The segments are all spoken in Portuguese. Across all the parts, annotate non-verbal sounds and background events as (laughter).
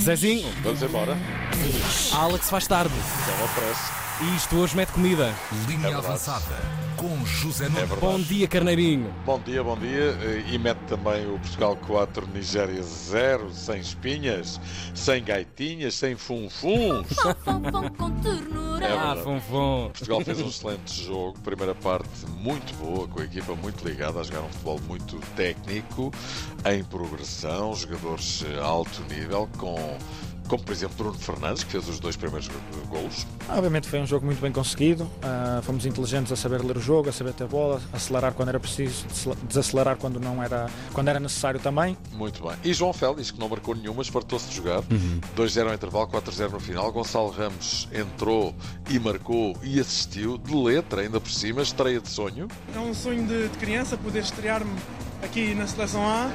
Zezinho, Vamos embora. Alex faz tarde. Não aparece. E isto hoje mete comida. Linha É verdade. avançada com José É Nunes. verdade. Bom dia, carneirinho. Bom dia, bom dia. Eh, E mete também o Portugal 4, Nigéria 0, sem espinhas, sem gaitinhas, sem (laughs) funfuns. Fofão com ternura. Ah, É verdade. fonfon. Portugal fez um excelente jogo, primeira parte muito boa, com a equipa muito ligada, a jogar um futebol muito técnico, em progressão, jogadores eh, a alto nível, com, como por exemplo Bruno Fernandes, que fez os dois primeiros go- golos. Obviamente foi um jogo muito bem conseguido. ah, fomos inteligentes a saber ler o jogo, a saber ter bola, acelerar quando era preciso, desla- desacelerar quando não era, quando era necessário também. Muito bem. E João Félix, que não marcou nenhuma, espartou-se de jogar. Uhum. 2-0 ao intervalo, 4-0 no final. Gonçalo Ramos entrou e marcou e assistiu, de letra ainda por cima, estreia de sonho. É um sonho de, de criança poder estrear-me aqui na Seleção A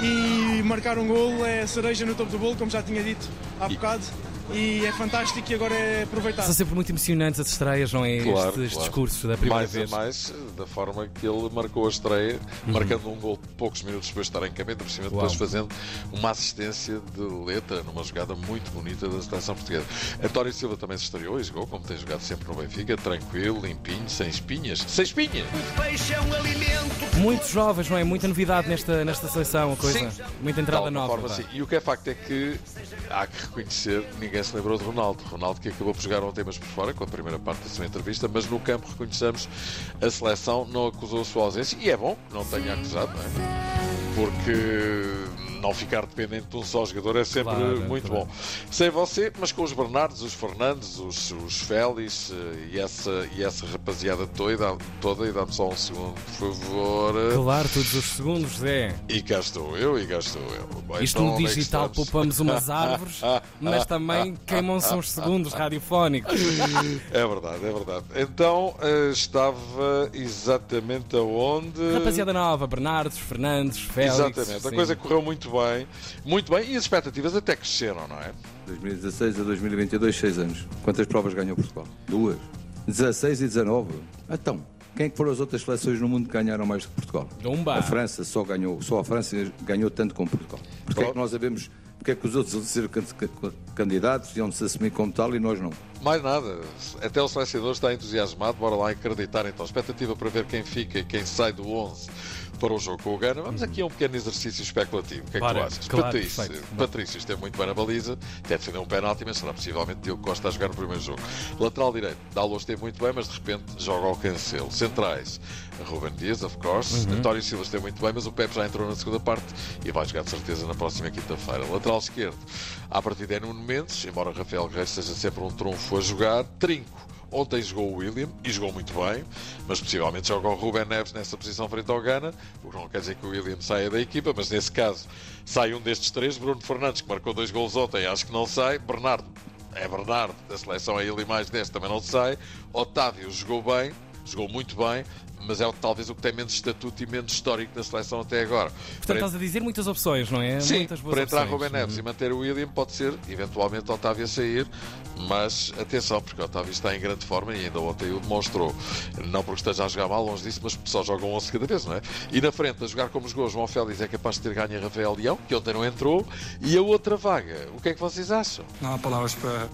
e marcar um golo é cereja no topo do bolo, como já tinha dito há bocado. E é fantástico e agora é aproveitar. São sempre muito emocionantes as estreias, não é? Claro, estes claro. discursos da primeira mais vez. Uhum. a mais, da forma que ele marcou a estreia, marcando um gol poucos minutos depois de estar em campo, ainda por cima, depois Uau. fazendo uma assistência de letra numa jogada muito bonita da seleção portuguesa. António Silva também se estreou e jogou, como tem jogado sempre no Benfica, tranquilo, limpinho, sem espinhas. Sem espinhas! Muitos jovens, não é? Muita novidade nesta, nesta seleção, a coisa. Sim. Muita De entrada alguma nova. forma, vá. sim. E o que é facto é que há que reconhecer, ninguém se lembrou de Ronaldo. Ronaldo que acabou por jogar ontem, mas por fora, com a primeira parte da sua entrevista, mas no campo reconhecemos a seleção não acusou a sua ausência e é bom que não tenha acusado, não é? Porque não ficar dependente de um só jogador é sempre Claro, muito claro. bom. Sem você, mas com os Bernardes, os Fernandes, os, os Félix eh, e essa, e essa rapaziada toda, toda, e dá-me só um segundo, por favor. Claro, todos os segundos, Zé. E cá estou eu, e cá estou eu. Bem, Isto então, no onde é que digital estamos? poupamos (laughs) umas árvores, mas também queimam-se uns segundos (laughs) radiofónicos. É verdade, é verdade. Então eh, estava exatamente aonde. Rapaziada nova, Bernardos, Fernandes, Félix. Exatamente, a É, sim. coisa correu muito bem, muito bem, e as expectativas até cresceram, não é? 2016 a 2022, 6 anos. Quantas provas ganhou Portugal? Duas. 16 e 19. Então, quem é que foram as outras seleções no mundo que ganharam mais que Portugal? Dumba. A França só ganhou, só a França ganhou tanto como Portugal. Porque é que nós sabemos, porque é que os outros iam ser can- can- candidatos, iam se assumir como tal e nós não? Mais nada, até o selecionador está entusiasmado, bora lá acreditar então. Expectativa para ver quem fica e quem sai do 11 para o jogo com o Gana. Vamos aqui a um pequeno exercício especulativo. O que é que tu Bora, achas? Uhum. claro, Patrício, perfeito. Patrício esteve muito bem na baliza, até defendeu um penalti, mas será possivelmente Diogo Costa a jogar no primeiro jogo. Lateral direito, Dalo esteve muito bem, mas de repente joga ao cancelo. Centrais, Ruben Dias, of course. António Silva esteve muito bem, mas o Pepe já entrou na segunda parte e vai jogar de certeza na próxima quinta-feira. Lateral esquerdo, à partida é Nuno Mendes, embora Rafael Guerreiro seja sempre um trunfo a jogar. Trinco. Ontem jogou o William e jogou muito bem, mas possivelmente joga o Ruben Neves nessa posição frente ao Gana, o que não quer dizer que o William saia da equipa, mas nesse caso sai um destes três. Bruno Fernandes, que marcou dois gols ontem, acho que não sai. Bernardo, é Bernardo, da seleção é ele e mais 10, também não sai. Otávio jogou bem, jogou muito bem, mas é o- talvez o que tem menos estatuto e menos histórico na seleção até agora. Portanto, estás a dizer muitas opções, não é? Sim, muitas boas para entrar opções. Uhum. Ruben Neves e manter o William pode ser eventualmente Otávio a sair, mas atenção, porque o Otávio está em grande forma e ainda ontem o demonstrou. Não porque esteja a jogar mal, longe disso, mas só jogam 11 cada vez, não é? E na frente, a jogar como jogou, João Félix é capaz de ter ganho a Rafael Leão, que ontem não entrou, e a outra vaga. O que é que vocês acham? Não há palavras para.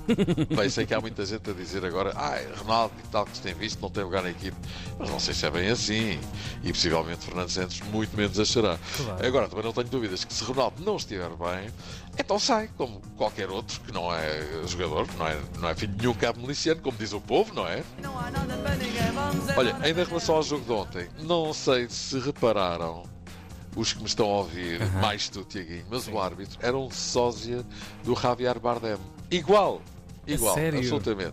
Bem, sei que há muita gente a dizer agora, ah, Ronaldo e tal, que se tem visto, não tem lugar na equipe. Mas não sei se é bem assim. E possivelmente Fernando Santos muito menos achará. Agora, também não tenho dúvidas que se Ronaldo não estiver bem, então sai, como qualquer outro que não é jogador, não é, não é filho de nenhum cabo miliciano, como diz o povo, não é? Olha, ainda em relação ao jogo de ontem, não sei se repararam os que me estão a ouvir, mais tu, Tiaguinho, mas o árbitro era um sósia do Javier Bardem. Igual! Igual, É sério? absolutamente.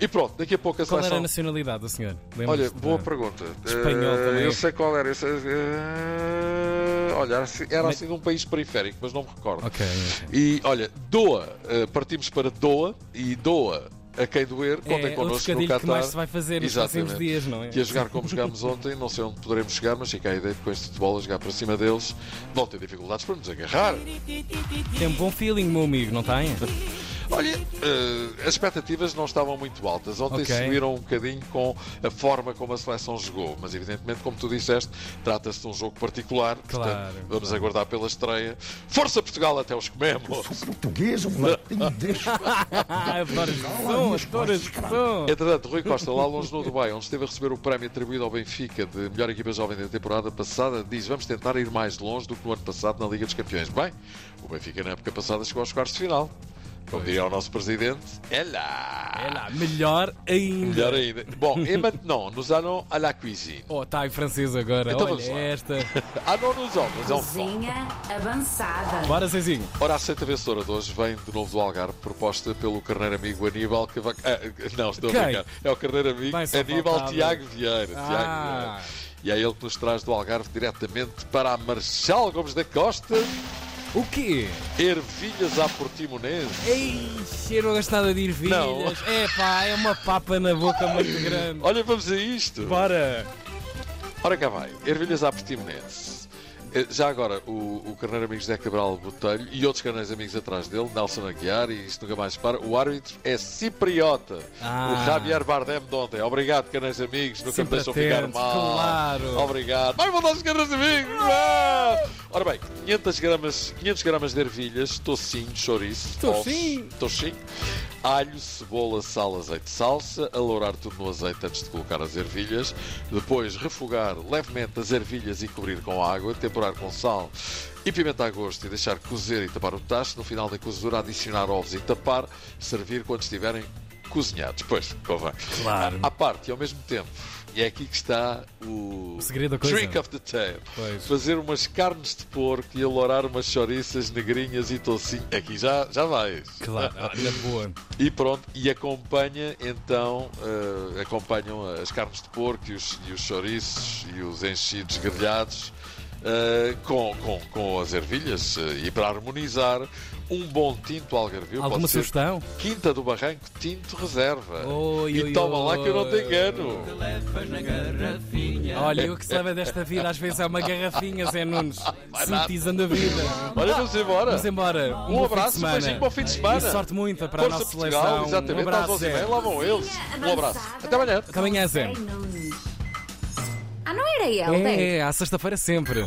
E pronto, daqui a pouco a Qual era a seleção. nacionalidade do senhor? é Olha, Lembras-te boa da- pergunta. Espanhol Eh, também. Eu sei qual era. Eu sei, eh, Olha, era assim- era assim de um país periférico, mas não me recordo. Ok, é ok. E olha, Doa, eh, partimos para Doa e Doa a quem doer, contem é o connosco no trocadilho Qatar. que mais se vai fazer nos próximos Exatamente. dias, não é? Que a jogar como jogámos ontem, não sei onde poderemos chegar, mas fica a ideia de com este futebol a jogar para cima deles, vão ter dificuldades para nos agarrar. Tem um bom feeling, meu amigo, não tem? Olha, eh, as expectativas não estavam muito altas. Ontem Ok. subiram um bocadinho com a forma como a seleção jogou, mas evidentemente, como tu disseste, trata-se de um jogo particular. Claro. Portanto, vamos aguardar pela estreia. Força Portugal até (laughs) os comemos! Português, um (laughs) latim, deixa. Ah, adoro este som, adoro este som. Entretanto, Rui Costa, lá longe no Dubai, onde esteve a receber o prémio atribuído ao Benfica de melhor equipa jovem da temporada passada, diz: Vamos tentar ir mais longe do que no ano passado na Liga dos Campeões. Bem, o Benfica na época passada chegou aos quartos de final. Como diria o nosso presidente, é lá! É lá, melhor ainda. Melhor ainda. Bom, e maintenant, nous allons à la cuisine. Oh, tá em francês agora. Então Olha vamos lá. esta. Ah, não nos homens, é um fã. Cozinha avançada. Bora, Zezinho. Ora, a seita vencedora de hoje vem de novo do Algarve, proposta pelo carneiro amigo Aníbal que vai... Ah, não, estou Quem? a brincar. É o carneiro amigo Bem, só Aníbal faltava. Tiago Vieira. Ah. Tiago Vieira. E é ele que nos traz do Algarve diretamente para a Marchal Gomes da Costa, O quê? ervilhas à portimonense. Ei, eu não gosto nada de Não. ervilhas. É pá, é uma papa na boca muito grande. Olha, vamos a isto. Bora. Ora cá vai, ervilhas à portimonense. Eh, Já agora, o, o carneiro amigo José Cabral Botelho e outros carneiros amigos atrás dele, Nelson Aguiar, e isto nunca mais para, o árbitro é cipriota. Ah. O Javier Bardem de ontem. Obrigado, carneiros amigos, nunca Sempre me deixam atento, ficar mal. claro. Obrigado. Vai mandar os carneiros amigos! Ah! Ora bem, 500 gramas, 500 gramas de ervilhas, tocinho, chouriço, Tocinho. ovos, tocinho, Então, alho, cebola, sal, azeite, salsa, alourar tudo no azeite antes de colocar as ervilhas, depois refogar levemente as ervilhas e cobrir com água, temperar com sal e pimenta a gosto e deixar cozer e tapar o tacho, no final da cozedura adicionar ovos e tapar, servir quando estiverem cozinhados. Pois, convém. Claro. À parte e ao mesmo tempo, e é aqui que está o, O segredo da coisa. trick of the tail. Pois. Fazer umas carnes de porco e alourar umas chouriças negrinhas e tocinho. Aqui já, já vais. Claro, ah, na boa. E pronto, e acompanha então, eh, acompanham as carnes de porco e os, e os chouriços e os enchidos grelhados eh, com, com, com as ervilhas eh, e para harmonizar um bom tinto algarvio. Alguma pode ser sugestão? Quinta do Barranco, tinto reserva. Oi, e oi, toma lá que eu não te oi. engano. Olha, o que se leva desta vida às vezes é uma garrafinha, Zé Nunes. Sintetizando a vida. Olha, vamos embora. Vamos embora. Um, Um bom abraço, fim de um semana. beijinho, bom fim de semana. E sorte muita para a Força nossa Portugal, seleção. exatamente, um abraço, às 11 Zé. lá vão eles. Um abraço. Até amanhã. Até amanhã, Zé. Ah, não era ele, É, à É, sexta-feira sempre.